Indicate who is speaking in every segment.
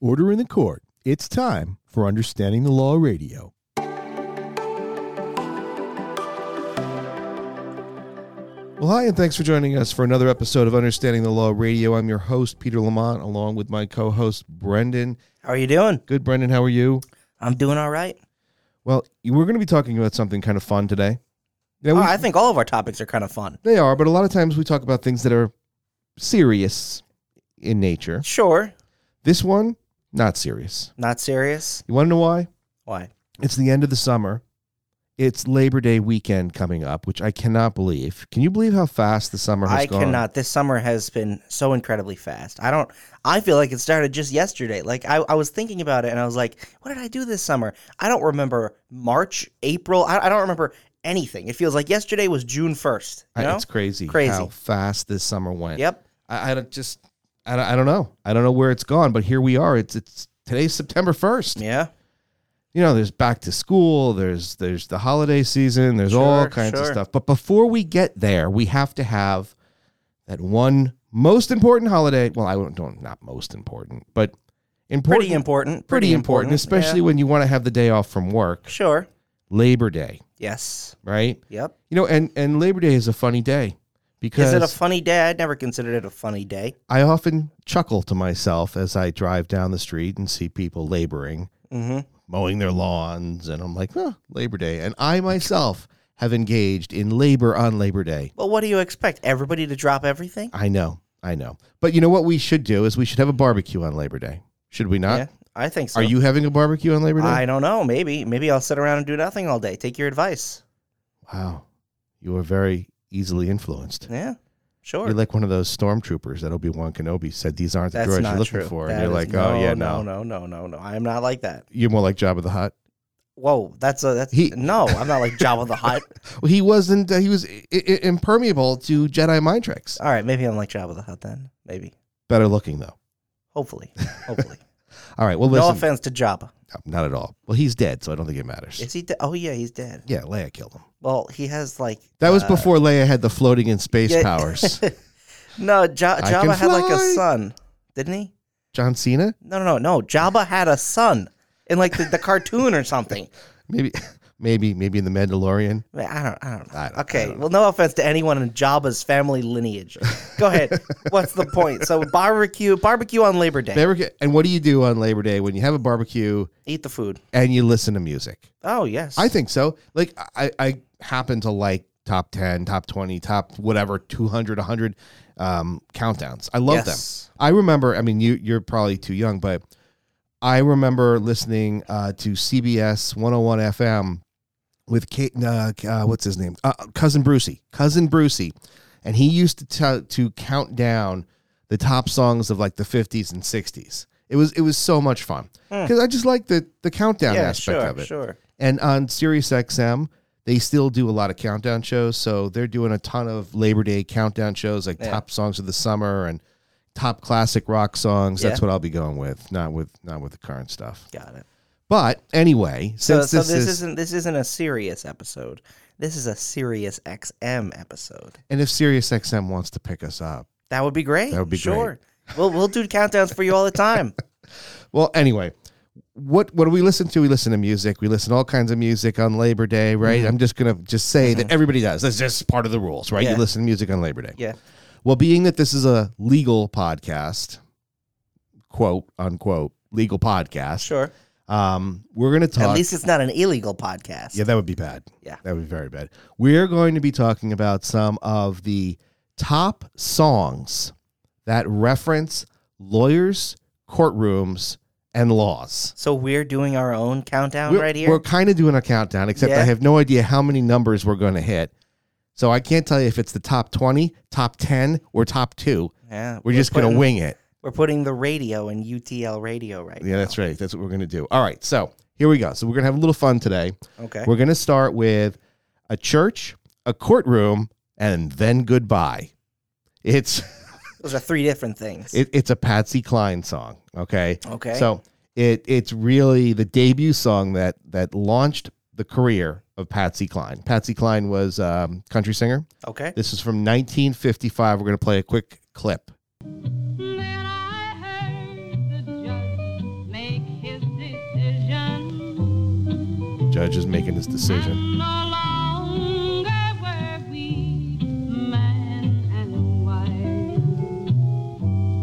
Speaker 1: Order in the Court. It's time for Understanding the Law Radio. Well, hi, and thanks for joining us for another episode of Understanding the Law Radio. I'm your host, Peter Lamont, along with my co host, Brendan.
Speaker 2: How are you doing?
Speaker 1: Good, Brendan. How are you?
Speaker 2: I'm doing all right.
Speaker 1: Well, we're going to be talking about something kind of fun today. Yeah,
Speaker 2: Oh,
Speaker 1: we-
Speaker 2: I think all of our topics are kind of fun.
Speaker 1: they are, but a lot of times we talk about things that are serious in nature.
Speaker 2: Sure.
Speaker 1: This one, not serious.
Speaker 2: Not serious.
Speaker 1: You want to know why?
Speaker 2: Why?
Speaker 1: It's the end of the summer. It's Labor Day weekend coming up, which I cannot believe. Can you believe how fast the summer has
Speaker 2: I
Speaker 1: gone?
Speaker 2: cannot. This summer has been so incredibly fast. I don't. I feel like it started just yesterday. Like I, I was thinking about it, and I was like, "What did I do this summer?" I don't remember March, April. I, I don't remember anything. It feels like yesterday was June first.
Speaker 1: I-
Speaker 2: You know?
Speaker 1: It's crazy,
Speaker 2: Crazy.
Speaker 1: how fast this summer went.
Speaker 2: Yep.
Speaker 1: I, I don't just, I don't, I don't know. I don't know where it's gone, but here we are. It's it's today's September first.
Speaker 2: Yeah.
Speaker 1: You know, there's back to school. There's there's the holiday season. There's all
Speaker 2: Sure,
Speaker 1: kinds of
Speaker 2: sure.
Speaker 1: stuff. But before we get there, we have to have that one most important holiday. Well, I don't, don't not most important, but important.
Speaker 2: Pretty important.
Speaker 1: pretty, important, especially
Speaker 2: Yeah.
Speaker 1: when you want to have the day off from work.
Speaker 2: Sure.
Speaker 1: Labor Day,
Speaker 2: Yes.
Speaker 1: right?
Speaker 2: Yep.
Speaker 1: You know, and and Labor Day is a funny day because
Speaker 2: Is it
Speaker 1: I
Speaker 2: a funny day? I'd never considered it a funny day.
Speaker 1: often chuckle to myself as I drive down the street and see people laboring,
Speaker 2: Mm-hmm.
Speaker 1: mowing their lawns, and I'm like, huh, Labor Day. And I myself have engaged in labor on Labor Day.
Speaker 2: Well, what do you expect? Everybody to drop everything?
Speaker 1: I know, I know. But you know what we should do is we should have a barbecue on Labor Day. Should we not?
Speaker 2: yeah, I think so.
Speaker 1: Are you having a barbecue on Labor Day?
Speaker 2: I don't know. Maybe. Maybe I'll sit around and do nothing all day. Take your advice.
Speaker 1: wow, you are very easily influenced.
Speaker 2: Yeah. Sure.
Speaker 1: You're like one of those stormtroopers that Obi Wan Kenobi said these aren't the
Speaker 2: That's
Speaker 1: droids
Speaker 2: not
Speaker 1: you're looking
Speaker 2: true.
Speaker 1: for.
Speaker 2: That
Speaker 1: and you're
Speaker 2: is-
Speaker 1: like, oh yeah, no.
Speaker 2: no, no, no, no. I am not like that.
Speaker 1: You're more like Jabba the Hutt.
Speaker 2: Whoa, that's a that's
Speaker 1: He-
Speaker 2: no. I'm not like Jabba the Hutt.
Speaker 1: Well, he wasn't. Uh, he was I- I- impermeable to Jedi mind tricks.
Speaker 2: All right, maybe I'm like Jabba the Hutt then. Maybe,
Speaker 1: Uh, Better looking though.
Speaker 2: hopefully, hopefully.
Speaker 1: All right. Well,
Speaker 2: no
Speaker 1: listen.
Speaker 2: offense to Jabba.
Speaker 1: No, not at all. Well, he's dead, so I don't think it matters.
Speaker 2: Is he? De- oh yeah, he's dead.
Speaker 1: yeah, Leia killed him.
Speaker 2: Well, he has like
Speaker 1: That was
Speaker 2: uh,
Speaker 1: before Leia had the floating in space
Speaker 2: yeah.
Speaker 1: powers.
Speaker 2: No, ja-
Speaker 1: I can
Speaker 2: Jabba had like a
Speaker 1: fly.
Speaker 2: son, didn't he?
Speaker 1: John Cena,
Speaker 2: No, no, no, no. Jabba had a son in like the, the cartoon or something.
Speaker 1: maybe, maybe, maybe in the Mandalorian.
Speaker 2: Man, I don't, I don't know.
Speaker 1: I don't- I
Speaker 2: okay,
Speaker 1: don't
Speaker 2: well, no offense to anyone in Jabba's family lineage. Go ahead. What's the point? So barbecue, barbecue on Labor Day.
Speaker 1: Barbecue- And what do you do on Labor Day when you have a barbecue
Speaker 2: Eat the food.
Speaker 1: and you listen to music?
Speaker 2: Oh yes,
Speaker 1: I think so. Like I, I happen to like top 10, top 20, top whatever, 200, 100 um, countdowns. I love
Speaker 2: Yes.
Speaker 1: them. I remember, I mean, you, you're probably too young, but I remember listening uh, to CBS 101 FM with Kate, uh, uh, what's his name? Uh, Cousin Brucey. Cousin Brucey. And he used to, tell to count down the top songs of like the 50s and 60s. It was it was so much fun because I just like the the countdown
Speaker 2: Hmm. Yeah,
Speaker 1: aspect
Speaker 2: sure,
Speaker 1: of it.
Speaker 2: sure.
Speaker 1: And on Sirius XM, they still do a lot of countdown shows. So they're doing a ton of Labor Day countdown shows, like
Speaker 2: Yeah.
Speaker 1: top songs of the summer and top classic rock songs. That's
Speaker 2: Yeah.
Speaker 1: what I'll be going with, not with not with the current stuff.
Speaker 2: Got it.
Speaker 1: But anyway,
Speaker 2: So,
Speaker 1: since
Speaker 2: so
Speaker 1: this,
Speaker 2: this,
Speaker 1: is,
Speaker 2: isn't this isn't a serious episode. This is a serious XM episode.
Speaker 1: and if Sirius XM wants to pick us up,
Speaker 2: That would be great.
Speaker 1: That would be great.
Speaker 2: sure. We'll we'll do countdowns for you all the time.
Speaker 1: well, anyway. What what do we listen to? We listen to music. We listen to all kinds of music on Labor Day, right?
Speaker 2: Mm-hmm.
Speaker 1: I'm just gonna just say that everybody does. That's just part of the rules, right? You
Speaker 2: Yeah.
Speaker 1: listen to music on Labor Day.
Speaker 2: Yeah.
Speaker 1: Well, being that this is a legal podcast, quote unquote, legal podcast,
Speaker 2: Sure.
Speaker 1: um, we're going to talk.
Speaker 2: At least it's not an illegal podcast.
Speaker 1: yeah, that would be bad.
Speaker 2: Yeah.
Speaker 1: That would be very bad. We're going to be talking about some of the top songs that reference lawyers, courtrooms, and laws.
Speaker 2: So we're doing our own countdown
Speaker 1: We're,
Speaker 2: right here.
Speaker 1: we're kind of doing a countdown, except I
Speaker 2: Yeah.
Speaker 1: have no idea how many numbers we're going to hit. So I can't tell you if it's the top 20, top 10, or top two.
Speaker 2: yeah.
Speaker 1: We're, just going
Speaker 2: putting-
Speaker 1: to wing it.
Speaker 2: We're putting the radio in UTL radio right
Speaker 1: Yeah, that's right. That's what we're going to do. All right. So here we go. So we're going to have a little fun today.
Speaker 2: now. Okay.
Speaker 1: We're going to start with a church, a courtroom, and then goodbye. It's
Speaker 2: Those are three different things.
Speaker 1: it, it's a Patsy Cline song. Okay.
Speaker 2: okay.
Speaker 1: So it it's really the debut song that that launched the career of Patsy Cline. Patsy Cline was um, country singer.
Speaker 2: okay.
Speaker 1: This is from 1955. We're going to play a quick clip.
Speaker 3: Then I heard the judge
Speaker 1: judge is making his decision.
Speaker 3: And no longer were we man and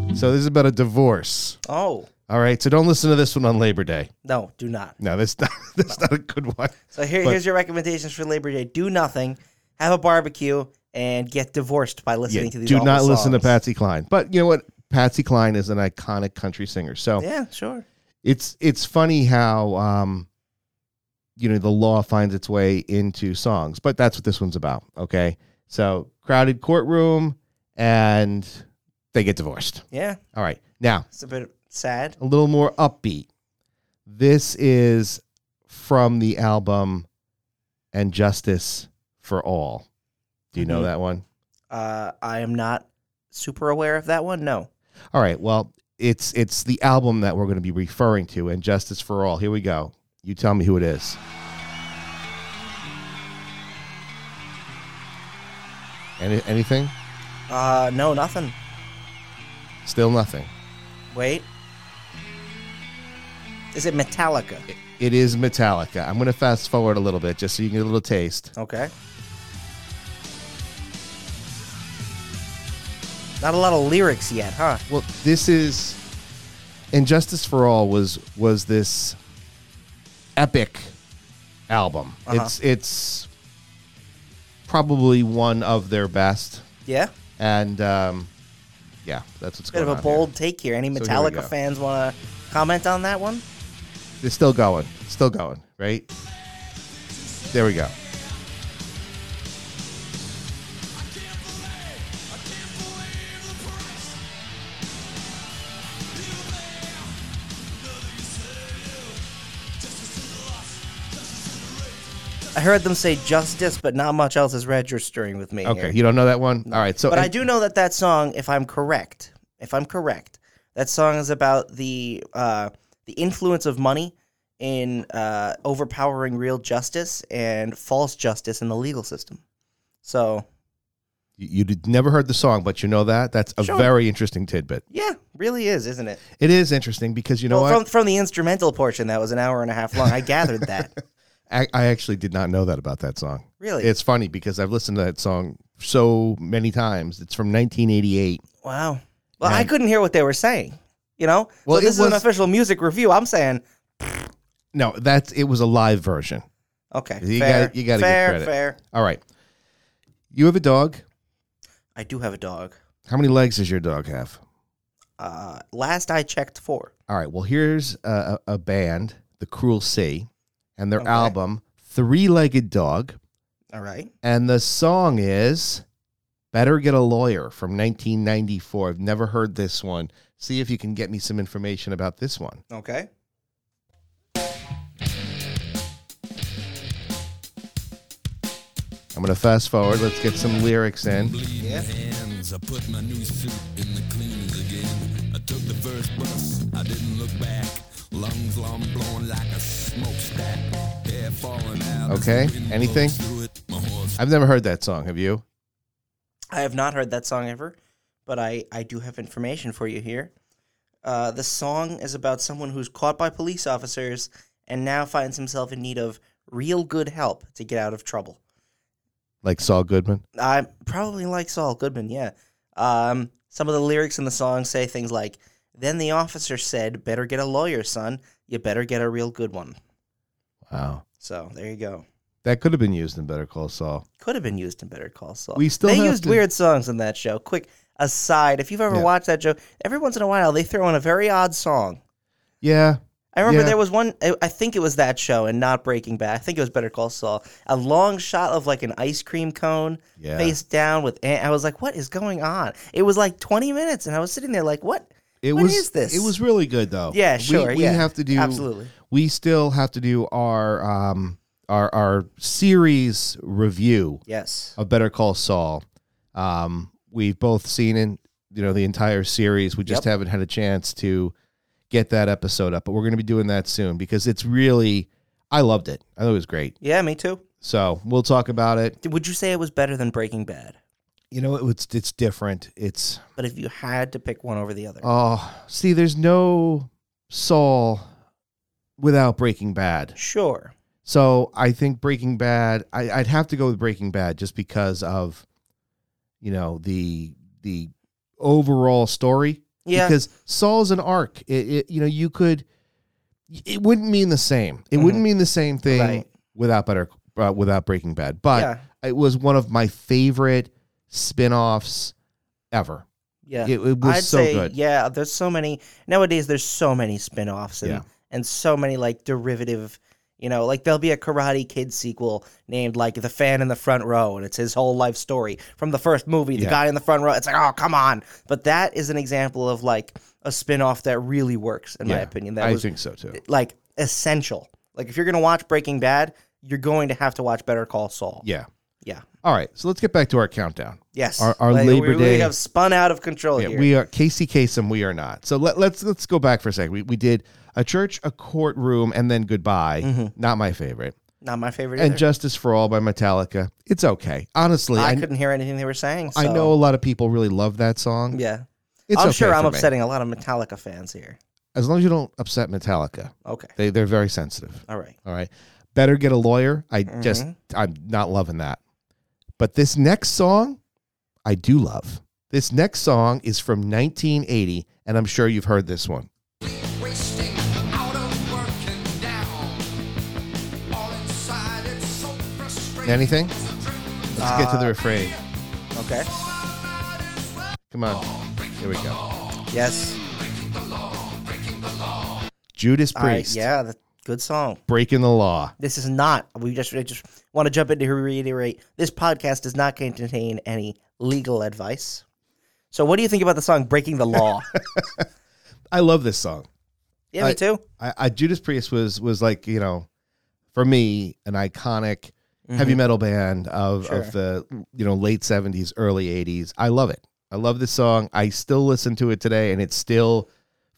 Speaker 3: wife.
Speaker 1: So this is about a divorce.
Speaker 2: Oh
Speaker 1: All right. So don't listen to this one on Labor Day.
Speaker 2: no, do not.
Speaker 1: No, that's not that's not a good one.
Speaker 2: So here,
Speaker 1: But-
Speaker 2: here's your recommendations for Labor Day: do nothing, have a barbecue, and get divorced by listening
Speaker 1: Yeah,
Speaker 2: to these.
Speaker 1: do
Speaker 2: awful
Speaker 1: not listen to
Speaker 2: songs.
Speaker 1: Patsy Cline. But you know what? Patsy Cline is an iconic country singer. So
Speaker 2: Yeah, sure.
Speaker 1: it's it's funny how um you know the law finds its way into songs but that's what this one's about okay so crowded courtroom and they get divorced
Speaker 2: Yeah,
Speaker 1: all right now
Speaker 2: it's a bit sad.
Speaker 1: a little more upbeat this is from the album and justice for all do you know
Speaker 2: Mhm.
Speaker 1: that one
Speaker 2: Uh, I am not super aware of that one. No.
Speaker 1: all right well it's it's the album that we're going to be referring to and justice for all here we go you tell me who it is Any, anything
Speaker 2: Uh, no, nothing.
Speaker 1: still nothing
Speaker 2: Wait. Is it Metallica?
Speaker 1: it is metallica i'm going to fast forward a little bit just so you can get a little taste
Speaker 2: Okay. Not a lot of lyrics yet, huh?
Speaker 1: well this is and justice for all was was this epic album
Speaker 2: Uh-huh.
Speaker 1: it's it's probably one of their best
Speaker 2: Yeah.
Speaker 1: and um, yeah that's what's
Speaker 2: Bit
Speaker 1: going
Speaker 2: of
Speaker 1: on
Speaker 2: a bold take here. Any
Speaker 1: here we
Speaker 2: Metallica
Speaker 1: go.
Speaker 2: fans want to comment on that one?
Speaker 1: here. it's still going still going right there we go
Speaker 2: I heard them say justice, but not much else is registering with me.
Speaker 1: okay
Speaker 2: here.
Speaker 1: you don't know that one all right so
Speaker 2: But I
Speaker 1: and-
Speaker 2: do know that that song, if I'm correct, if I'm correct, that song is about the uh, the influence of money in uh, overpowering real justice and false justice in the legal system. So
Speaker 1: you you did, never heard the song but you know that that's a
Speaker 2: Sure.
Speaker 1: very interesting tidbit
Speaker 2: yeah, really is, isn't it?
Speaker 1: it is interesting because you know
Speaker 2: well,
Speaker 1: what
Speaker 2: from from the instrumental portion that was an hour and a half long, I gathered that.
Speaker 1: I, I actually did not know that about that song
Speaker 2: Really?
Speaker 1: it's funny because i've listened to that song so many times it's from 1988
Speaker 2: wow. Well, I
Speaker 1: And-
Speaker 2: couldn't hear what they were saying. You know.
Speaker 1: Well, it
Speaker 2: so this is an
Speaker 1: was-
Speaker 2: official music review. I'm saying
Speaker 1: no that's it was a live version
Speaker 2: okay.
Speaker 1: You
Speaker 2: fair,
Speaker 1: gotta- you gotta give
Speaker 2: fair,
Speaker 1: credit.
Speaker 2: fair.
Speaker 1: all right you have a dog
Speaker 2: I do have a dog.
Speaker 1: how many legs does your dog have
Speaker 2: Uh, last I checked, four.
Speaker 1: All right. Well, here's a, a a band, The Cruel Sea, and their
Speaker 2: Okay.
Speaker 1: album, Three Legged Dog.
Speaker 2: All right.
Speaker 1: And the song is Better Get a Lawyer from 1994. I've never heard this one. See if you can get me some information about this one.
Speaker 2: Okay.
Speaker 1: I'm going to fast forward. Let's get some lyrics in.
Speaker 4: Bleeding hands. I put my new suit in the cleaners again. I took the first bus. I didn't look back. Lungs long blowing like a smokestack. Hair falling out. as the
Speaker 1: Okay,
Speaker 4: wind
Speaker 1: anything?
Speaker 4: blows through it. My horse
Speaker 1: I've never heard that song. Have you?
Speaker 2: I have not heard that song ever, but I, I do have information for you here. Uh, the song is about someone who's caught by police officers and now finds himself in need of real good help to get out of trouble.
Speaker 1: Like Saul Goodman?
Speaker 2: I probably like Saul Goodman, yeah. Um, some of the lyrics in the song say things like, Then the officer said, Better get a lawyer, son. You better get a real good one.
Speaker 1: Wow.
Speaker 2: So there you go.
Speaker 1: That could have been used in Better Call Saul.
Speaker 2: could have been used in Better Call Saul.
Speaker 1: We still
Speaker 2: they
Speaker 1: have
Speaker 2: used
Speaker 1: to-
Speaker 2: weird songs in that show. Quick aside, if you've ever
Speaker 1: Yeah.
Speaker 2: watched that show, every once in a while they throw in a very odd song.
Speaker 1: Yeah.
Speaker 2: I remember
Speaker 1: Yeah.
Speaker 2: there was one. I I think it was that show and not Breaking Bad. I think it was Better Call Saul. A long shot of like an ice cream cone
Speaker 1: Yeah.
Speaker 2: face down with. an- I was like, "What is going on?" It was like twenty minutes, and I was sitting there like, "What?"
Speaker 1: It
Speaker 2: What
Speaker 1: was
Speaker 2: is this?
Speaker 1: It was really good though.
Speaker 2: Yeah,
Speaker 1: Oh, We-
Speaker 2: sure,
Speaker 1: We,
Speaker 2: yeah.
Speaker 1: have to do
Speaker 2: Absolutely.
Speaker 1: We still have to do our um our our series review
Speaker 2: Yes.
Speaker 1: of Better Call Saul. Um, we've both seen in you know the entire series. We just
Speaker 2: Yep.
Speaker 1: haven't had a chance to get that episode up, but we're going to be doing that soon because it's really I loved it. I thought it was great.
Speaker 2: Yeah, me too.
Speaker 1: So we'll talk about it.
Speaker 2: D- Would you say it was better than Breaking Bad?
Speaker 1: You know, it's it's different. It's
Speaker 2: But if you had to pick one over the other,
Speaker 1: oh, see, there's no Saul without Breaking Bad.
Speaker 2: sure.
Speaker 1: So I think Breaking Bad. I, I'd have to go with Breaking Bad just because of, you know, the the overall story.
Speaker 2: Yeah.
Speaker 1: Because Saul's an arc. It, it you know you could, it wouldn't mean the same. It wouldn't mean the same thing
Speaker 2: Mm-hmm. Right.
Speaker 1: without better uh, without Breaking Bad. But
Speaker 2: yeah.
Speaker 1: it was one of my favorite spin-offs ever.
Speaker 2: Yeah.
Speaker 1: It, it was
Speaker 2: I'd
Speaker 1: so
Speaker 2: say,
Speaker 1: good.
Speaker 2: Yeah, there's so many nowadays. There's so many spin-offs and
Speaker 1: Yeah.
Speaker 2: and so many like derivative. You know, like there'll be a Karate Kid sequel named like the fan in the front row, and it's his whole life story from the first movie. The
Speaker 1: Yeah.
Speaker 2: guy in the front row. It's like, oh come on! But that is an example of like a spin-off that really works, in my
Speaker 1: Yeah,
Speaker 2: opinion. That
Speaker 1: I
Speaker 2: was
Speaker 1: think so too.
Speaker 2: like essential. Like if you're gonna watch Breaking Bad, you're going to have to watch Better Call Saul.
Speaker 1: Yeah.
Speaker 2: Yeah.
Speaker 1: All right. So let's get back to our countdown.
Speaker 2: Yes.
Speaker 1: Our- our
Speaker 2: Like,
Speaker 1: Labor
Speaker 2: we really
Speaker 1: Day-
Speaker 2: have spun out of control
Speaker 1: Yeah,
Speaker 2: Oh, here.
Speaker 1: we are Casey Kasem. We are not. So let, let's let's go back for a second. We, we did a church, a courtroom, and then goodbye.
Speaker 2: Mm-hmm.
Speaker 1: Not my favorite.
Speaker 2: Not my favorite.
Speaker 1: And
Speaker 2: either.
Speaker 1: Justice for All by Metallica. It's okay. Honestly, I
Speaker 2: I,
Speaker 1: I,
Speaker 2: couldn't hear anything they were saying. so-
Speaker 1: know a lot of people really love that song.
Speaker 2: Yeah.
Speaker 1: It's
Speaker 2: I'm
Speaker 1: okay
Speaker 2: sure I'm
Speaker 1: for me.
Speaker 2: upsetting a lot of Metallica fans here.
Speaker 1: As long as you don't upset Metallica,
Speaker 2: Okay.
Speaker 1: they they're very sensitive.
Speaker 2: All right.
Speaker 1: All right. Better get a lawyer. I just
Speaker 2: Mm-hmm.
Speaker 1: I'm not loving that. But this next song, I do love. This next song is from 1980, and I'm sure you've heard this one.
Speaker 5: wasting out of work and down. All inside, it's so frustrating.
Speaker 1: Anything? Let's get to
Speaker 2: Uh,
Speaker 1: the refrain.
Speaker 2: Okay.
Speaker 1: Come on. Here we go.
Speaker 2: Yes.
Speaker 1: Judas
Speaker 2: All right,
Speaker 1: Priest.
Speaker 2: yeah. That, good song.
Speaker 1: Breaking the law.
Speaker 2: This is not. We just I just want to jump in to reiterate. This podcast does not contain any legal advice. So, what do you think about the song "Breaking the Law"?
Speaker 1: I love this song.
Speaker 2: yeah, me
Speaker 1: I-
Speaker 2: too.
Speaker 1: I, I Judas Priest was was like, you know, for me, an iconic heavy metal band of,
Speaker 2: Mm-hmm. Sure.
Speaker 1: of the you know late seventies, early eighties. I love it. I love this song. I still listen to it today and it still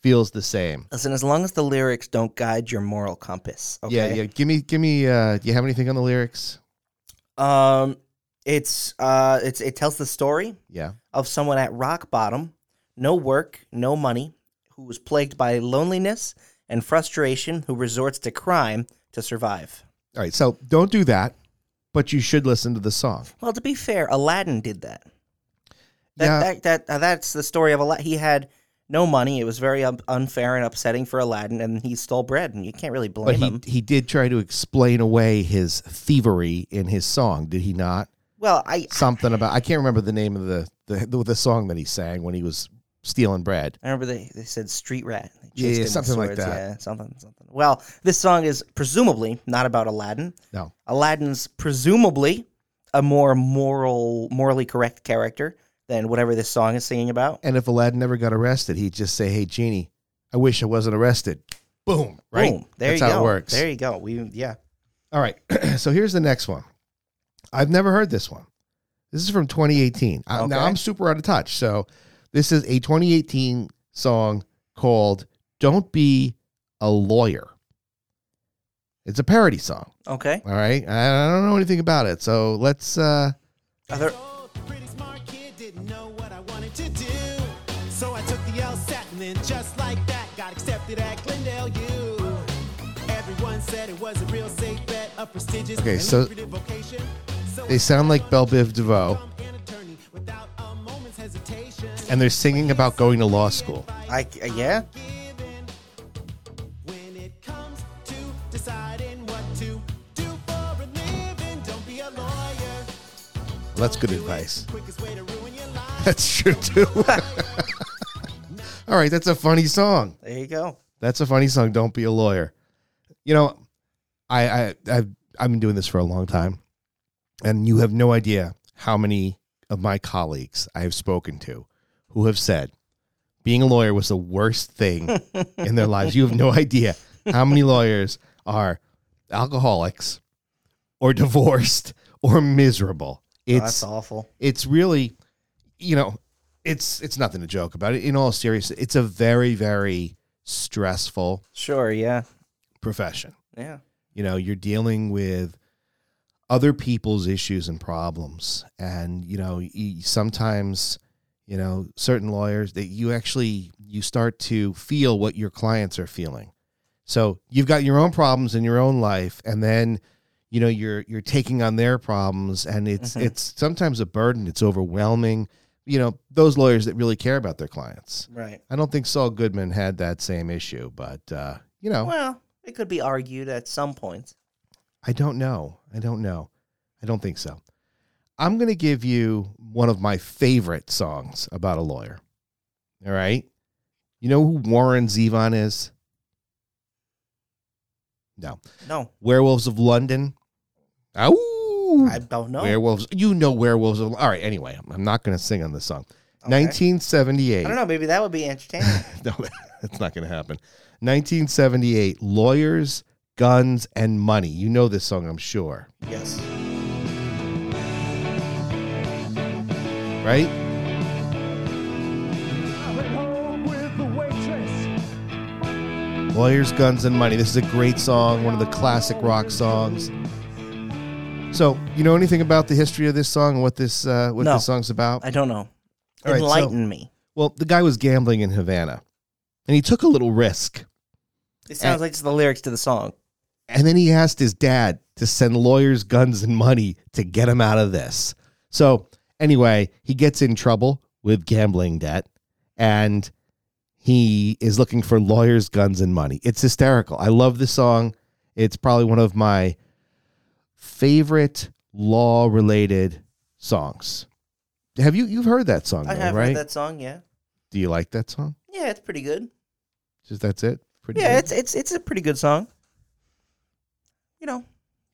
Speaker 1: feels the same.
Speaker 2: Listen, as long as the lyrics don't guide your moral compass. Okay?
Speaker 1: Yeah, yeah. Give me give me uh do you have anything on the lyrics?
Speaker 2: Um, it's uh, it's it tells the story
Speaker 1: Yeah.
Speaker 2: of someone at rock bottom, no work, no money, who was plagued by loneliness and frustration, who resorts to crime to survive.
Speaker 1: All right. So don't do that, but you should listen to the song.
Speaker 2: Well, to be fair, Aladdin did that. That
Speaker 1: Yeah.
Speaker 2: that, that uh, that's the story of Aladdin. He had no money. It was very um, unfair and upsetting for Aladdin, and he stole bread, and you can't really blame
Speaker 1: But he,
Speaker 2: him.
Speaker 1: he did try to explain away his thievery in his song, did he not?
Speaker 2: Well, I
Speaker 1: something about I can't remember the name of the the, the, the song that he sang when he was stealing bread.
Speaker 2: I remember they, they said street rat. They
Speaker 1: Yeah, yeah,
Speaker 2: chased him with
Speaker 1: something like that.
Speaker 2: Yeah, something, something. Well, this song is presumably not about Aladdin.
Speaker 1: No.
Speaker 2: Aladdin's presumably a more moral, morally correct character than whatever this song is singing about.
Speaker 1: And if Aladdin never got arrested, he'd just say, "Hey genie, I wish I wasn't arrested." Boom. Right.
Speaker 2: Boom. There
Speaker 1: That's
Speaker 2: you
Speaker 1: how
Speaker 2: go.
Speaker 1: it works.
Speaker 2: There you go. We yeah.
Speaker 1: All right. so here's the next one. I've never heard this one. This is from 2018. I-
Speaker 2: Okay.
Speaker 1: Now I'm super out of touch. So this is a 2018 song called "Don't Be a Lawyer." It's a parody song.
Speaker 2: Okay.
Speaker 1: All right. I I don't know anything about it. So let's uh
Speaker 2: Are there-
Speaker 6: Pretty smart kid, didn't know what I wanted to do. So I took the LSAT and then just like that, got accepted at Glendale U. Everyone said it was a real safe bet, a prestigious
Speaker 1: Okay,
Speaker 6: and
Speaker 1: so
Speaker 6: lucrative vocation. So
Speaker 1: they
Speaker 6: I
Speaker 1: sound like Belle Biv DeVoe.
Speaker 6: become an attorney without a moment's hesitation.
Speaker 1: and they're singing about going to law school.
Speaker 2: I yeah.
Speaker 6: Given when it comes to deciding what to do for a living, don't be a lawyer.
Speaker 1: That's good advice.
Speaker 6: Quickest way to ruin your life.
Speaker 1: That's true too. All right, that's a funny song.
Speaker 2: There you go. Oh,
Speaker 1: That's a funny song. Don't be a lawyer. You know, I I I've, I've been doing this for a long time, and you have no idea how many of my colleagues I have spoken to who have said being a lawyer was the worst thing in their lives. You have no idea how many lawyers are alcoholics or divorced or miserable.
Speaker 2: Oh,
Speaker 1: It's
Speaker 2: that's awful.
Speaker 1: it's really you know it's it's nothing to joke about in all seriousness it's a very very stressful
Speaker 2: Sure, yeah.
Speaker 1: profession
Speaker 2: Yeah.
Speaker 1: you know you're dealing with other people's issues and problems and you know you, sometimes you know certain lawyers that you actually you start to feel what your clients are feeling So you've got your own problems in your own life, and then you know you're you're taking on their problems, and it's
Speaker 2: Mhm.
Speaker 1: it's sometimes a burden. It's overwhelming. You know those lawyers that really care about their clients.
Speaker 2: Right.
Speaker 1: I don't think Saul Goodman had that same issue, but uh, you know
Speaker 2: Well, it could be argued at some point.
Speaker 1: I don't know. I don't know. I don't think so. I'm going to give you one of my favorite songs about a lawyer. All right. You know who Warren Zevon is? No.
Speaker 2: No,
Speaker 1: Werewolves of London. Ow.
Speaker 2: I don't know.
Speaker 1: Werewolves. You know Werewolves of All right. Anyway, I'm not going to sing on this song.
Speaker 2: Okay.
Speaker 1: 1978.
Speaker 2: I don't know. Maybe that would be entertaining.
Speaker 1: no, that's not going to happen. 1978. Lawyers, Guns, and Money. You know this song, I'm sure.
Speaker 2: yes.
Speaker 1: Right? Lawyers, Guns, and Money. This is a great song, one of the classic rock songs. So, you know anything about the history of this song and what this uh, what
Speaker 2: No.
Speaker 1: this song's about?
Speaker 2: I don't know.
Speaker 1: All right, so-
Speaker 2: Enlighten me.
Speaker 1: well, the guy was gambling in Havana, and he took a little risk,
Speaker 2: It sounds like just the lyrics to the song.
Speaker 1: and then he asked his dad to send lawyers, guns, and money to get him out of this. So, anyway, he gets in trouble with gambling debt, and he is looking for lawyers, guns, and money. It's hysterical. I love this song. It's probably one of my favorite law-related songs. Have you you've heard that song?
Speaker 2: I
Speaker 1: though,
Speaker 2: have
Speaker 1: right?
Speaker 2: heard that song. Yeah.
Speaker 1: Do you like that song?
Speaker 2: Yeah, it's pretty good.
Speaker 1: Just that's it. Pretty
Speaker 2: Yeah,
Speaker 1: good?
Speaker 2: it's it's it's a pretty good song. You know,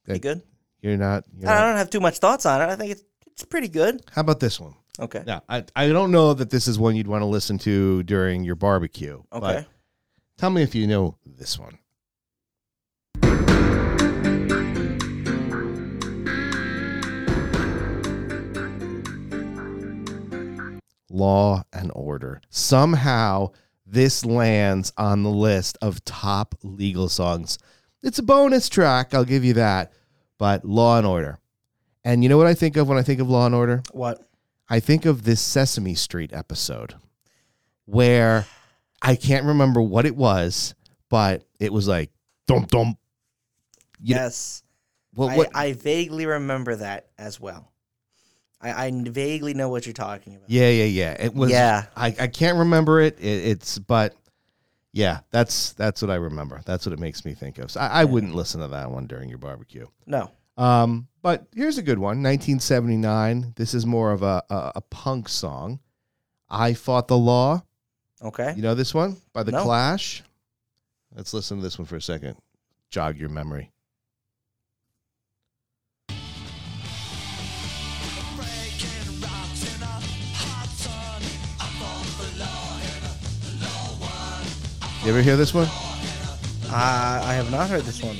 Speaker 2: pretty
Speaker 1: That-
Speaker 2: good.
Speaker 1: You're not. You're
Speaker 2: I
Speaker 1: not.
Speaker 2: don't have too much thoughts on it. I think it's it's pretty good.
Speaker 1: How about this one?
Speaker 2: Okay.
Speaker 1: Yeah, I, I don't know that this is one you'd want to listen to during your barbecue. but
Speaker 2: Okay.
Speaker 1: tell me if you know this one. Law and Order. Somehow this lands on the list of top legal songs. It's a bonus track, I'll give you that, but Law and Order. And you know what I think of when I think of Law and Order?
Speaker 2: What?
Speaker 1: I think of this Sesame Street episode where I can't remember what it was, but it was like dump dump. You know-
Speaker 2: yes.
Speaker 1: What, what?
Speaker 2: I, I vaguely remember that as well. I, I vaguely know what you're talking about.
Speaker 1: yeah, yeah, yeah. It was.
Speaker 2: Yeah.
Speaker 1: I, I can't remember it. it. It's but yeah, that's that's what I remember. That's what it makes me think of. So I, I wouldn't listen to that one during your barbecue.
Speaker 2: No.
Speaker 1: Um, but here's a good one 1979. This is more of a, a, a punk song. I Fought the Law.
Speaker 2: Okay.
Speaker 1: You know this one by the
Speaker 2: Eh. No.
Speaker 1: Clash? Let's listen to this one for a second. Jog your memory. You ever hear this one?
Speaker 2: I I have not heard this one.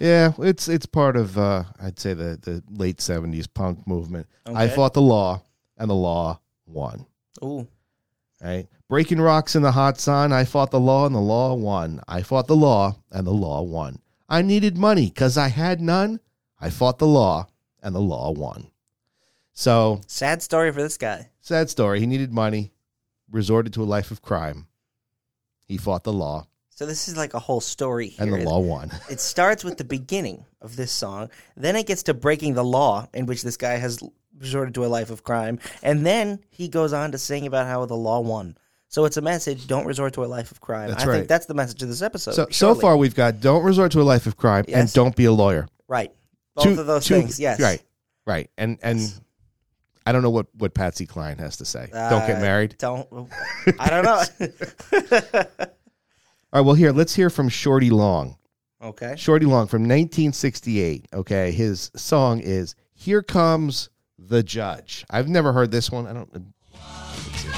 Speaker 1: Yeah, it's it's part of uh, I'd say the the late seventies punk movement. I
Speaker 2: Okay.
Speaker 1: fought the law, and the law won.
Speaker 2: Ooh.
Speaker 1: Right? Breaking rocks in the hot sun. I fought the law and the law won. I fought the law and the law won. I needed money because I had none. I fought the law and the law won. So,
Speaker 2: Sad story for this guy.
Speaker 1: sad story. He needed money, resorted to a life of crime. He fought the law
Speaker 2: So this is like a whole story here.
Speaker 1: and the law won.
Speaker 2: It starts with the beginning of this song, then it gets to breaking the law, in which this guy has resorted to a life of crime, and then he goes on to sing about how the law won. So it's a message: don't resort to a life of crime.
Speaker 1: That's
Speaker 2: I
Speaker 1: right.
Speaker 2: think that's the message of this episode.
Speaker 1: So, so
Speaker 2: surely.
Speaker 1: far, we've got don't resort to a life of crime and
Speaker 2: Yes.
Speaker 1: don't be a lawyer.
Speaker 2: right? Both
Speaker 1: Two-
Speaker 2: of those
Speaker 1: two-
Speaker 2: things, yes.
Speaker 1: Right, right. And, and,
Speaker 2: Yes.
Speaker 1: I don't know what, what Patsy Cline has to say. Don't get
Speaker 2: Uh,
Speaker 1: married.
Speaker 2: Don't. I don't know.
Speaker 1: All right, well, here, let's hear from Shorty Long.
Speaker 2: okay.
Speaker 1: Shorty Long from 1968. Okay, his song is "Here Comes the Judge." I've never heard this one. I don't. let's see.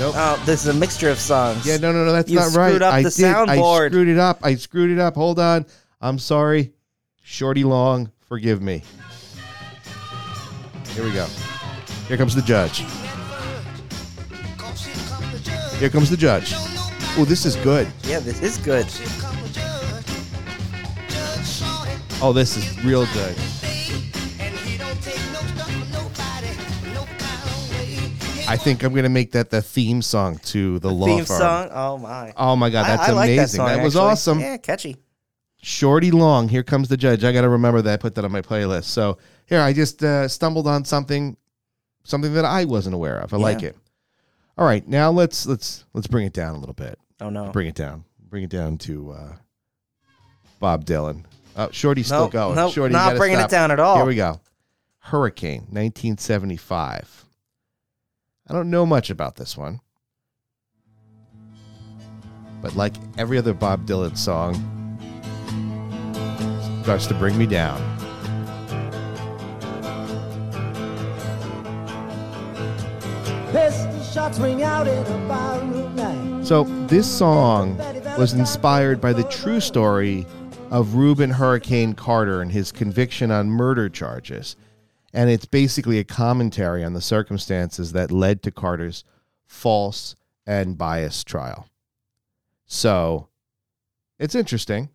Speaker 1: Nope.
Speaker 2: Oh, this is a mixture of songs.
Speaker 1: yeah, no, no, no. That's
Speaker 2: you
Speaker 1: not right.
Speaker 2: screwed up
Speaker 1: I
Speaker 2: the
Speaker 1: did. I
Speaker 2: soundboard.
Speaker 1: screwed it up. I screwed it up. Hold on. I'm sorry, Shorty Long. Forgive me. Here we go. Here comes the judge. Here comes the judge. Oh, this is good.
Speaker 2: Yeah, this is good.
Speaker 1: Oh, this is real good.
Speaker 5: And he don't take no stuff from nobody, no kind of way.
Speaker 1: I I think I'm gonna make that the theme song to the law
Speaker 2: Theme
Speaker 1: firm.
Speaker 2: song. Oh my.
Speaker 1: Oh my god,
Speaker 2: I-
Speaker 1: that's
Speaker 2: I like
Speaker 1: amazing!
Speaker 2: that, song,
Speaker 1: was
Speaker 2: actually.
Speaker 1: awesome.
Speaker 2: Yeah, catchy.
Speaker 1: Shorty Long, here comes the judge. I got to remember that I put that on my playlist. So here, I just uh, stumbled on something, something that I wasn't aware of. I like it. All right, now let's let's let's bring it down a little bit.
Speaker 2: Oh no.
Speaker 1: Bring it down. Bring it down to uh, Bob Dylan. Oh, Shorty's still
Speaker 2: Nope,
Speaker 1: going.
Speaker 2: nope,
Speaker 1: Shorty, you
Speaker 2: not
Speaker 1: gotta
Speaker 2: bringing
Speaker 1: stop.
Speaker 2: it down at all.
Speaker 1: Here we go. Hurricane, 1975. I don't know much about this one. But like every other Bob Dylan song, starts to bring me down.
Speaker 7: Pistol shots ring out in a barroom night.
Speaker 1: So this song was inspired by the true story of Reuben Hurricane Carter and his conviction on murder charges. And it's basically a commentary on the circumstances that led to Carter's false and biased trial. So it's interesting,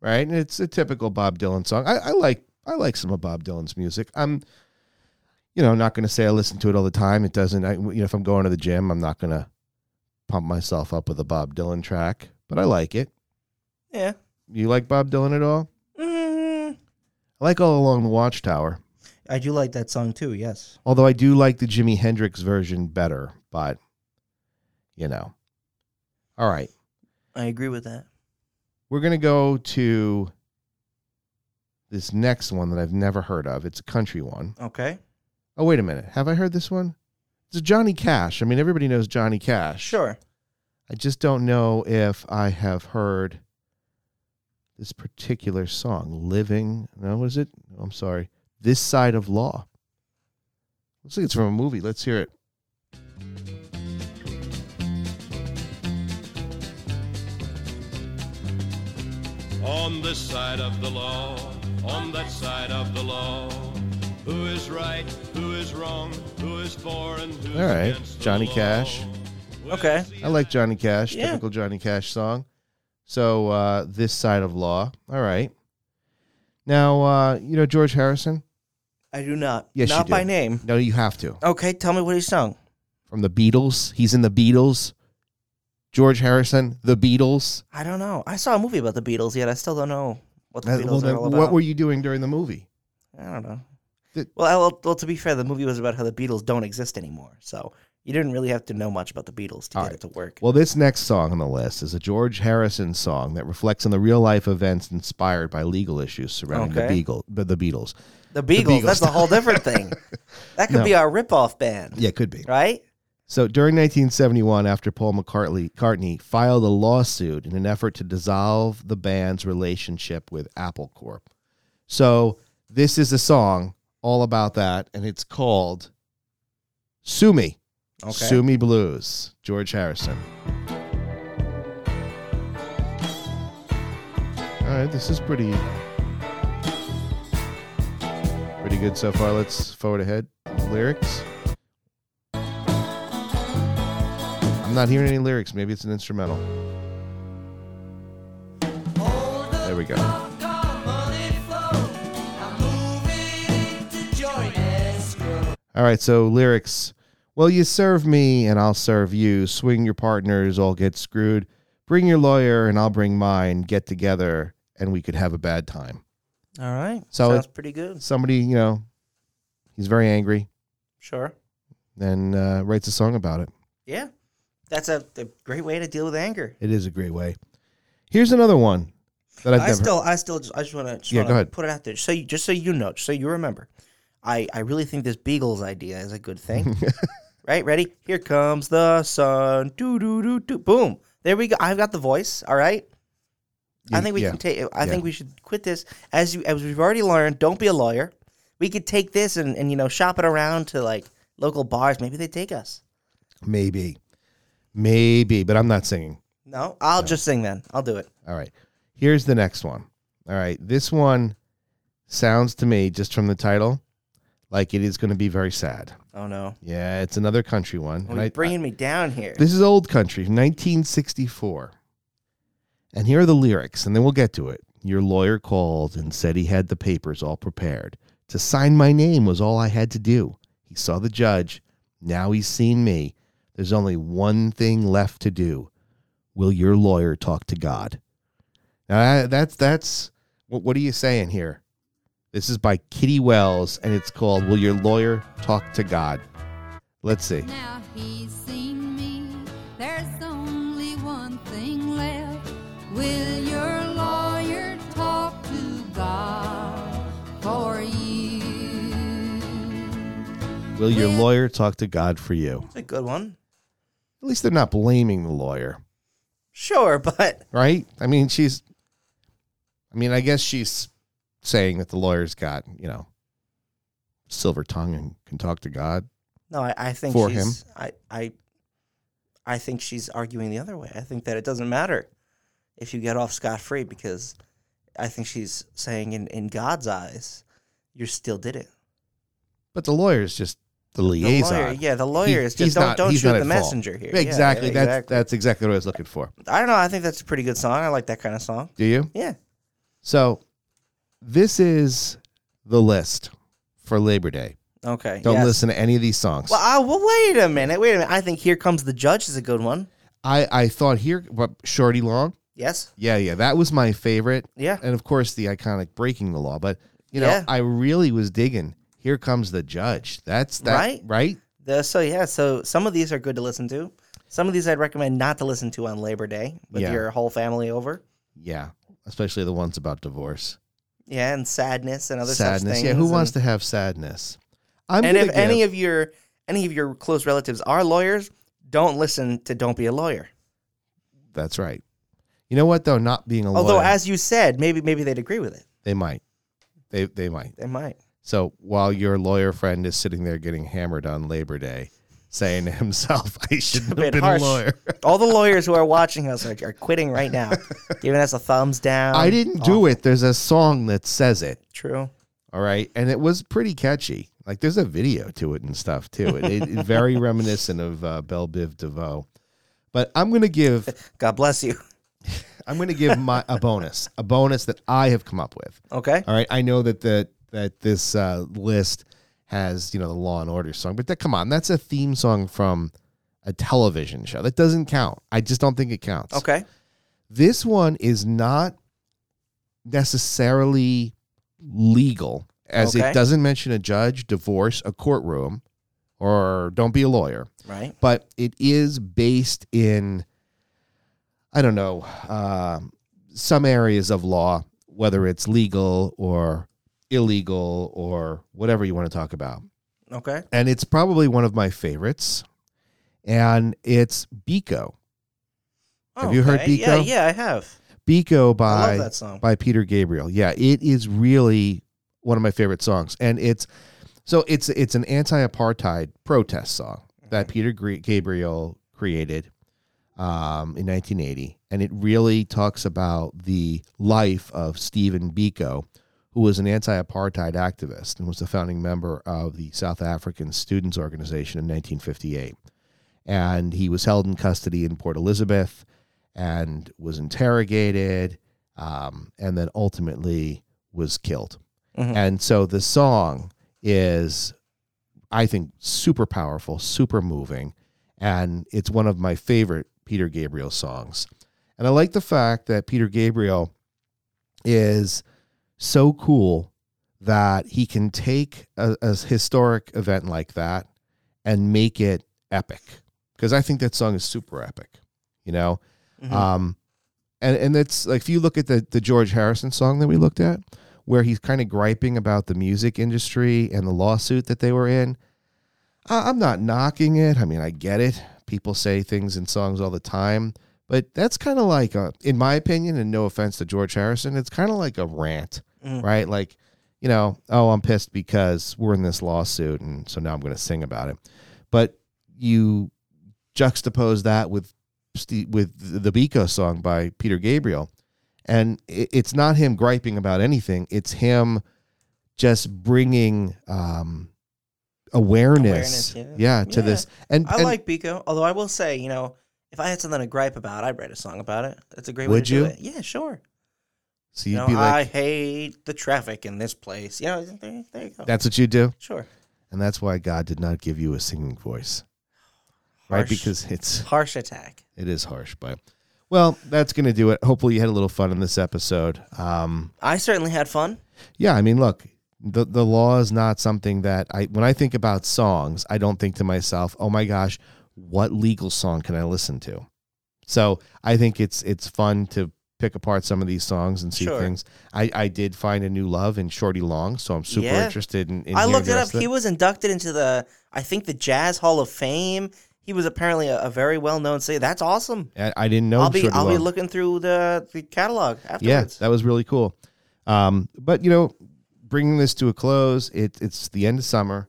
Speaker 1: right? And it's a typical Bob Dylan song. I, I like I like some of Bob Dylan's music. I'm you know, not going to say I listen to it all the time. It doesn't I, you know if I'm going to the gym, I'm not going to pump myself up with a Bob Dylan track, but I like it.
Speaker 2: Yeah.
Speaker 1: You like Bob Dylan at all?
Speaker 2: Mm,
Speaker 1: I like All Along the Watchtower,
Speaker 2: I do like that song too. Yes.
Speaker 1: although I do like the Jimi Hendrix version better, but you know. All right.
Speaker 2: I agree with that.
Speaker 1: We're going to go to this next one that I've never heard of. It's a country one.
Speaker 2: Okay.
Speaker 1: Oh, wait a minute. Have I heard this one? It's Johnny Cash. I mean, everybody knows Johnny Cash.
Speaker 2: Sure.
Speaker 1: I just don't know if I have heard this particular song, Living. No, what is it? No, I'm sorry. This Side of Law. Looks like it's from a movie. Let's hear it.
Speaker 8: On this side of the law, on that side of the law. Who is right, who is wrong, who is for and who's
Speaker 1: All right.
Speaker 8: against the
Speaker 1: Johnny
Speaker 8: law?
Speaker 1: Cash.
Speaker 2: Okay.
Speaker 1: I like Johnny Cash,
Speaker 2: Yeah.
Speaker 1: typical Johnny Cash song. So, uh, This Side of Law. All right. Now, uh, you know George Harrison?
Speaker 2: I do not.
Speaker 1: Yes, you
Speaker 2: not by
Speaker 1: do.
Speaker 2: name.
Speaker 1: No, you have to.
Speaker 2: Okay. Tell me what he sung.
Speaker 1: From the Beatles. He's in the Beatles. George Harrison, the Beatles.
Speaker 2: I don't know. I saw a movie about the Beatles, yet I still don't know what the
Speaker 1: Uh,
Speaker 2: Beatles
Speaker 1: well, then
Speaker 2: are all about.
Speaker 1: what were you doing during the movie?
Speaker 2: I don't know.
Speaker 1: Th-
Speaker 2: well, I, well, well, to be fair, the movie was about how the Beatles don't exist anymore. So you didn't really have to know much about the Beatles to
Speaker 1: All
Speaker 2: get
Speaker 1: right.
Speaker 2: it to work.
Speaker 1: Well, this next song on the list is a George Harrison song that reflects on the real life events inspired by legal issues surrounding the
Speaker 2: Okay.
Speaker 1: Beagle, the, the Beatles.
Speaker 2: the, Beagles,
Speaker 1: Beagles.
Speaker 2: that's a whole different thing. That could
Speaker 1: No.
Speaker 2: be our ripoff band,
Speaker 1: Yeah, could be.
Speaker 2: right?
Speaker 1: So during 1971, after Paul McCartney McCartney filed a lawsuit in an effort to dissolve the band's relationship with Apple Corp. So this is a song all about that, and it's called Sue Me.
Speaker 2: Okay.
Speaker 1: Sue Me Blues, George Harrison. All right, this is pretty pretty good so far. Let's forward ahead. Lyrics. I'm not hearing any lyrics. Maybe it's an instrumental. There we go. All right, so lyrics. Well, you serve me and I'll serve you. Swing your partners, all get screwed. Bring your lawyer and I'll bring mine. Get together and we could have a bad time.
Speaker 2: All right.
Speaker 1: So
Speaker 2: Sounds
Speaker 1: it-
Speaker 2: pretty good.
Speaker 1: Somebody, you know, he's very angry
Speaker 2: Sure.
Speaker 1: and uh, writes a song about it.
Speaker 2: Yeah. That's a, a great way to deal with anger.
Speaker 1: It is a great way. Here's another one that I've
Speaker 2: I
Speaker 1: never.
Speaker 2: still, I still, just, I just want to, just
Speaker 1: Yeah, go
Speaker 2: wanna
Speaker 1: ahead.
Speaker 2: put it out there, so you, just so you know, just so you remember, I, I really think this Beagles idea is a good thing, right? Ready? Here comes the sun, do do do do, boom. There we go. I've got the voice. All right. I
Speaker 1: You-
Speaker 2: think we
Speaker 1: yeah.
Speaker 2: can take. I
Speaker 1: Yeah.
Speaker 2: think we should quit this. As you, as we've already learned, don't be a lawyer. We could take this and, and you know shop it around to like local bars. Maybe they take us.
Speaker 1: Maybe. Maybe, but I'm not singing.
Speaker 2: No, I'll just sing then. I'll do it.
Speaker 1: All right. Here's the next one. All right. This one sounds to me, just from the title, like it is going to be very sad.
Speaker 2: Oh no,
Speaker 1: Yeah, it's another country one.
Speaker 2: Well,
Speaker 1: And
Speaker 2: you're
Speaker 1: I-
Speaker 2: bringing me down here.
Speaker 1: This is old country, 1964. And here are the lyrics, and then we'll get to it. Your lawyer called and said he had the papers all prepared. To sign my name was all I had to do. He saw the judge, Now he's seen me. There's only one thing left to do. Will your lawyer talk to God? Now, I- that's that's what, what are you saying here? This is by Kitty Wells, and it's called "Will Your Lawyer Talk to God." Let's see.
Speaker 3: Now he's seen me. There's only one thing left. Will your lawyer talk to God for you?
Speaker 1: Will your lawyer talk to God for you?
Speaker 2: It's a good one.
Speaker 1: At least they're not blaming the lawyer.
Speaker 2: Sure, but
Speaker 1: right? I mean, she's. I mean, I guess she's saying that the lawyer's got you know silver tongue and can talk to God.
Speaker 2: no, I, I think
Speaker 1: For
Speaker 2: she's, I, I, I think she's arguing the other way. I think that it doesn't matter if you get off scot free because I think she's saying in, in God's eyes, you still did it.
Speaker 1: But the lawyer's just the
Speaker 2: The
Speaker 1: liaison.
Speaker 2: lawyer, yeah, the lawyer
Speaker 1: He-
Speaker 2: is
Speaker 1: he's
Speaker 2: just don't
Speaker 1: not-
Speaker 2: don't
Speaker 1: he's not
Speaker 2: shoot
Speaker 1: at
Speaker 2: the
Speaker 1: fault.
Speaker 2: messenger here. Yeah,
Speaker 1: exactly.
Speaker 2: yeah,
Speaker 1: that's
Speaker 2: exactly.
Speaker 1: that's exactly what I was looking for.
Speaker 2: I don't know. I think that's a pretty good song. I like that kind of song.
Speaker 1: Do you?
Speaker 2: Yeah.
Speaker 1: So this is the list for Labor Day.
Speaker 2: Okay.
Speaker 1: Don't
Speaker 2: yes.
Speaker 1: listen to any of these songs.
Speaker 2: Well, I, well, wait a minute. Wait a minute. I think "Here Comes the Judge" is a good one.
Speaker 1: I I thought here, but Shorty Long.
Speaker 2: Yes.
Speaker 1: Yeah, yeah, that was my favorite.
Speaker 2: Yeah.
Speaker 1: and of course the iconic breaking the law but you know
Speaker 2: Yeah.
Speaker 1: i really was digging here comes the judge that's that right
Speaker 2: Right? The, so yeah. So some of these are good to listen to. Some of these I'd recommend not to listen to on Labor Day with
Speaker 1: Yeah.
Speaker 2: your whole family over.
Speaker 1: yeah especially the ones about divorce
Speaker 2: Yeah, and sadness and other Such
Speaker 1: sadness
Speaker 2: things.
Speaker 1: yeah who
Speaker 2: and,
Speaker 1: wants to have sadness i'm
Speaker 2: and
Speaker 1: gonna
Speaker 2: if
Speaker 1: give,
Speaker 2: any of your any of your close relatives are lawyers, don't listen to "Don't Be a Lawyer."
Speaker 1: that's right you know what though not being a
Speaker 2: Although,
Speaker 1: lawyer
Speaker 2: as you said, maybe maybe they'd agree with it.
Speaker 1: they might they they might
Speaker 2: They might.
Speaker 1: so while your lawyer friend is sitting there getting hammered on labor day saying to himself i shouldn't
Speaker 2: bit
Speaker 1: have been
Speaker 2: harsh.
Speaker 1: a lawyer
Speaker 2: All the lawyers who are watching us are, are quitting right now, giving us a thumbs down.
Speaker 1: i didn't do it there's a song that says it
Speaker 2: True.
Speaker 1: All right. And it was pretty catchy. Like there's a video to it and stuff too. It, it, it very reminiscent of uh, Belle Biv DeVoe. But I'm gonna give
Speaker 2: God bless you.
Speaker 1: I'm gonna give my a bonus, a bonus that I have come up with.
Speaker 2: Okay.
Speaker 1: All right. I know that the, that this uh, list has you know the Law and Order song, but that, come on, that's a theme song from a television show. That doesn't count. I just don't think it counts.
Speaker 2: Okay.
Speaker 1: this one is not necessarily legal as
Speaker 2: Okay.
Speaker 1: it doesn't mention a judge, divorce, a courtroom, or don't be a lawyer,
Speaker 2: Right.
Speaker 1: but it is based in, I don't know, um some areas of law, whether it's legal or illegal or whatever you want to talk about
Speaker 2: Okay.
Speaker 1: and it's probably one of my favorites. And it's Biko. Have you heard
Speaker 2: Okay. Yeah,
Speaker 1: Biko?
Speaker 2: yeah, I have.
Speaker 1: Biko by
Speaker 2: I love that song.
Speaker 1: by Peter Gabriel. Yeah, it is really one of my favorite songs, and it's so it's it's an anti-apartheid protest song that Peter Gre- Gabriel created um, in 1980, and it really talks about the life of Stephen Biko, who was an anti-apartheid activist and was a founding member of the South African Students Organization in 1958 and he was held in custody in Port Elizabeth and was interrogated um, and then ultimately was killed.
Speaker 2: Mhm.
Speaker 1: And so the song is, I think, super powerful, super moving, and it's one of my favorite Peter Gabriel songs. And I like the fact that Peter Gabriel is so cool that he can take a, a historic event like that and make it epic because I think that song is super epic, you know.
Speaker 2: Mhm.
Speaker 1: Um, and and that's like if you look at the the George Harrison song that we looked at, where he's kind of griping about the music industry and the lawsuit that they were in. I, I'm not knocking it. I mean, I get it. People say things in songs all the time, but that's kind of like a, in my opinion, and no offense to George Harrison, it's kind of like a rant,
Speaker 2: Mm.
Speaker 1: right? Like. You know, oh, I'm pissed because we're in this lawsuit, and so now I'm going to sing about it. But you juxtapose that with Ste with the Biko song by Peter Gabriel, and i- it's not him griping about anything. It's him just bringing um, awareness,
Speaker 2: Awareness,
Speaker 1: yeah.
Speaker 2: yeah.
Speaker 1: to this. And,
Speaker 2: I
Speaker 1: and
Speaker 2: like Biko, although I will say, you know, if I had something to gripe about, I'd write a song about it. That's a great way
Speaker 1: Would
Speaker 2: to
Speaker 1: you?
Speaker 2: do it. Yeah, sure.
Speaker 1: so
Speaker 2: You
Speaker 1: you'd
Speaker 2: know,
Speaker 1: be like,
Speaker 2: I hate the traffic in this place. You know, there, there you go.
Speaker 1: that's what you do.
Speaker 2: sure.
Speaker 1: And that's why God did not give you a singing voice. Right?
Speaker 2: Harsh.
Speaker 1: Because it's
Speaker 2: Harsh attack.
Speaker 1: it is harsh, but well, that's gonna do it. Hopefully you had a little fun in this episode. Um
Speaker 2: I certainly had fun.
Speaker 1: yeah, I mean look, the the law is not something that I when I think about songs, I don't think to myself, Oh my gosh, what legal song can I listen to? So I think it's it's fun to pick apart some of these songs and see
Speaker 2: Sure.
Speaker 1: things. I, I did find a new love in Shorty Long, so I'm super
Speaker 2: Yeah.
Speaker 1: interested in, in
Speaker 2: I
Speaker 1: hearing
Speaker 2: looked
Speaker 1: the
Speaker 2: it
Speaker 1: rest
Speaker 2: up.
Speaker 1: of
Speaker 2: He was inducted into the, I think, the Jazz Hall of Fame. He was apparently a, a very well known singer. That's awesome.
Speaker 1: I, I didn't know.
Speaker 2: I'll be
Speaker 1: Shorty
Speaker 2: I'll be
Speaker 1: Long.
Speaker 2: looking through the, the catalog
Speaker 1: Oh, Yeah,
Speaker 2: afterwards.
Speaker 1: that was really cool. Um, but you know, bringing this to a close, it, it's the end of summer.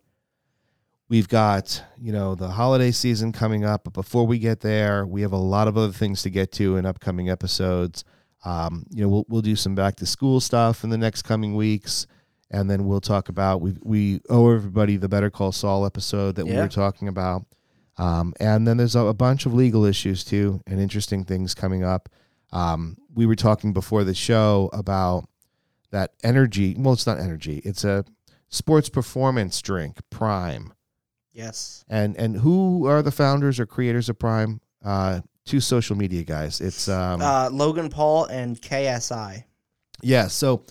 Speaker 1: We've got you know the holiday season coming up, but before we get there, we have a lot of other things to get to in upcoming episodes. Um, you know, we'll we'll do some back to school stuff in the next coming weeks, and then we'll talk about we we owe everybody the Better Call Saul episode that we
Speaker 2: Yeah.
Speaker 1: were talking about. Um, and then there's a, a bunch of legal issues too, and interesting things coming up. Um, we were talking before the show about that energy. Well, it's not energy; it's a sports performance drink, Prime.
Speaker 2: yes.
Speaker 1: And and who are the founders or creators of Prime? Uh, two social media guys. It's um,
Speaker 2: Uh, Logan Paul and KSI.
Speaker 1: yeah, so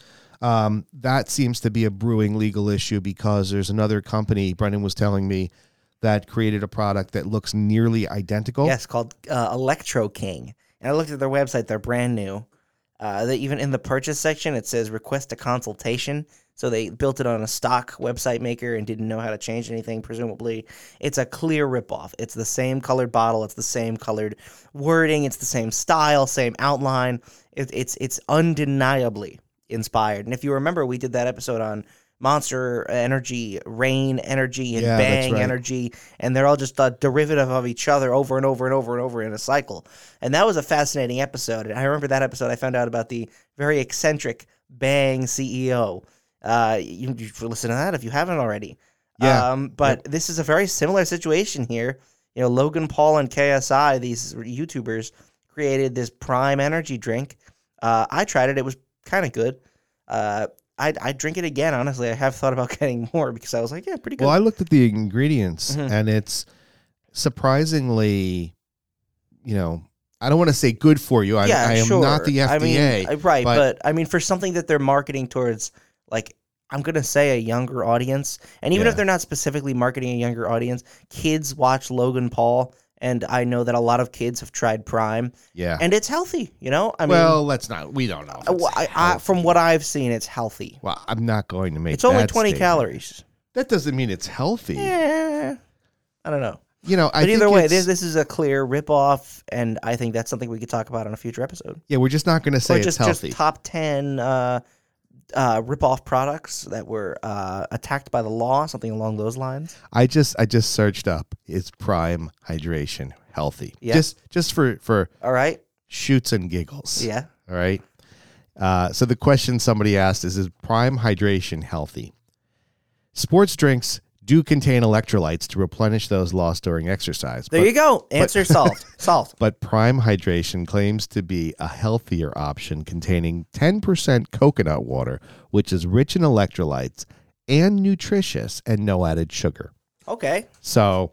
Speaker 1: um, that seems to be a brewing legal issue because there's another company. Brendan was telling me that created a product that looks nearly identical.
Speaker 2: Yes, called uh, Electro King. And I looked at their website; they're brand new. Uh, they, even in the purchase section, it says request a consultation. So they built it on a stock website maker and didn't know how to change anything. Presumably, it's a clear ripoff. It's the same colored bottle. It's the same colored wording. It's the same style, same outline. It, it's it's undeniably inspired. And if you remember, we did that episode on Monster Energy, Rain Energy, and
Speaker 1: Yeah, that's
Speaker 2: Bang
Speaker 1: right.
Speaker 2: Energy energy, and they're all just a derivative of each other over and over and over and over in a cycle. And that was a fascinating episode. And I remember that episode, I found out about the very eccentric Bang CEO. Uh, you, you should listen to that if you haven't already.
Speaker 1: Yeah.
Speaker 2: Um, but this is a very similar situation here. You know, Logan Paul and KSI, these YouTubers, created this Prime Energy drink. Uh, I tried it; it was kind of good. Uh, I I drink it again. Honestly, I have thought about getting more because I was like, yeah, pretty good.
Speaker 1: Well, I looked at the ingredients
Speaker 2: Mhm.
Speaker 1: and it's surprisingly, you know, I don't want to say good for you. I,
Speaker 2: yeah,
Speaker 1: I am
Speaker 2: sure.
Speaker 1: not the FDA.
Speaker 2: I mean, uh, right,
Speaker 1: but-
Speaker 2: but, I mean, for something that they're marketing towards, like I'm gonna say a younger audience, and even
Speaker 1: Yeah.
Speaker 2: if they're not specifically marketing a younger audience, kids watch Logan Paul, and I know that a lot of kids have tried Prime,
Speaker 1: yeah.
Speaker 2: and it's healthy. You know, I mean, uh,
Speaker 1: well, let's not. We don't know. if
Speaker 2: I-
Speaker 1: it's
Speaker 2: I, I, from
Speaker 1: healthy.
Speaker 2: what I've seen, it's healthy.
Speaker 1: Well, I'm not going to make.
Speaker 2: It's only
Speaker 1: that
Speaker 2: 20
Speaker 1: statement.
Speaker 2: calories.
Speaker 1: That doesn't mean it's healthy.
Speaker 2: Yeah, I don't know.
Speaker 1: You know, I
Speaker 2: But either
Speaker 1: think
Speaker 2: way,
Speaker 1: it's-
Speaker 2: this this is a clear ripoff, and I think that's something we could talk about on a future episode.
Speaker 1: yeah, we're just not going to say
Speaker 2: or
Speaker 1: it's
Speaker 2: just,
Speaker 1: healthy.
Speaker 2: just top 10 uh, uh, rip-off products that were uh, attacked by the law something along those lines
Speaker 1: I just I just searched up is prime hydration healthy.
Speaker 2: Yeah.
Speaker 1: Just just for for
Speaker 2: all right
Speaker 1: shoots and giggles.
Speaker 2: yeah
Speaker 1: All right. Uh, so the question somebody asked is: Is prime hydration healthy? Sports drinks do contain electrolytes to replenish those lost during exercise.
Speaker 2: there
Speaker 1: but,
Speaker 2: you go answer solved solved
Speaker 1: but prime hydration claims to be a healthier option, containing 10% coconut water, which is rich in electrolytes and nutritious, and no added sugar.
Speaker 2: okay
Speaker 1: So,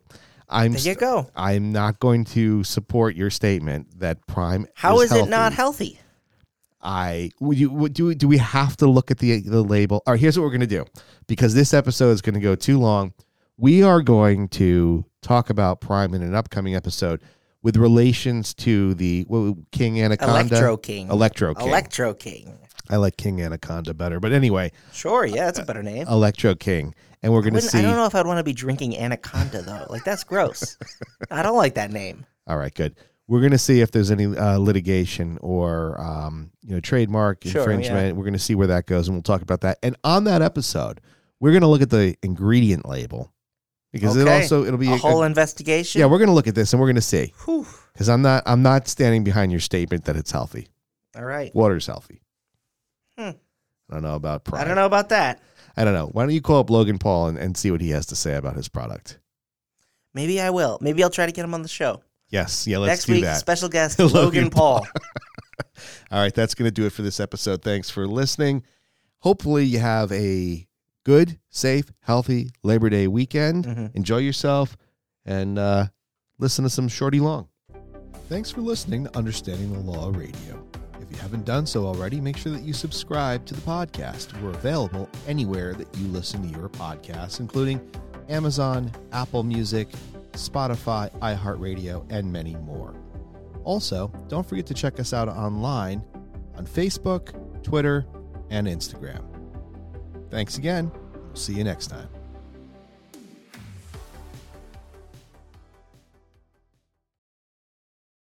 Speaker 1: I'm
Speaker 2: there you
Speaker 1: st-
Speaker 2: go
Speaker 1: I'm not going to support your statement that prime.
Speaker 2: how is it not
Speaker 1: healthy?
Speaker 2: healthy
Speaker 1: I would you would, do. Do we have to look at the the label? All right, here's what we're gonna do because this episode is gonna go too long. We are going to talk about Prime in an upcoming episode with relations to the what, King Anaconda,
Speaker 2: electro king
Speaker 1: Electro King.
Speaker 2: electro king
Speaker 1: I like King Anaconda better, but anyway,
Speaker 2: sure yeah that's a better name
Speaker 1: Electro King, and Uh, we're gonna
Speaker 2: Wouldn't-
Speaker 1: see.
Speaker 2: I don't know if I'd want to be drinking Anaconda though. Like that's gross. I don't like that name.
Speaker 1: All right, good. We're gonna see if there's any uh, litigation or um, you know trademark
Speaker 2: Sure,
Speaker 1: infringement. We're gonna see where that goes, and we'll talk about that. And on that episode, we're gonna look at the ingredient label because it
Speaker 2: Okay.
Speaker 1: also it'll be
Speaker 2: A
Speaker 1: a-
Speaker 2: whole
Speaker 1: a-
Speaker 2: investigation.
Speaker 1: yeah. We're gonna look at this and we're gonna see
Speaker 2: Whew.
Speaker 1: because I'm not I'm not standing behind your statement that it's healthy.
Speaker 2: All right.
Speaker 1: Water's healthy.
Speaker 2: Hmm.
Speaker 1: I don't know about pride.
Speaker 2: I don't know about that.
Speaker 1: I don't know. Why don't you call up Logan Paul and, and see what he has to say about his product?
Speaker 2: Maybe I will. Maybe I'll try to get him on the show.
Speaker 1: Yes. Yeah. Let's
Speaker 2: Next
Speaker 1: do
Speaker 2: week,
Speaker 1: that.
Speaker 2: special guest
Speaker 1: Logan
Speaker 2: Logan, Paul.
Speaker 1: All right, that's going to do it for this episode. Thanks for listening. Hopefully, you have a good, safe, healthy Labor Day weekend.
Speaker 2: Mhm.
Speaker 1: Enjoy yourself and uh, listen to some Shorty Long. Thanks for listening to Understanding the Law Radio. If you haven't done so already, make sure that you subscribe to the podcast. We're available anywhere that you listen to your podcasts, including Amazon, Apple Music, Spotify, iHeartRadio, and many more. Also, don't forget to check us out online on Facebook, Twitter, and Instagram. Thanks again. We'll see you next time.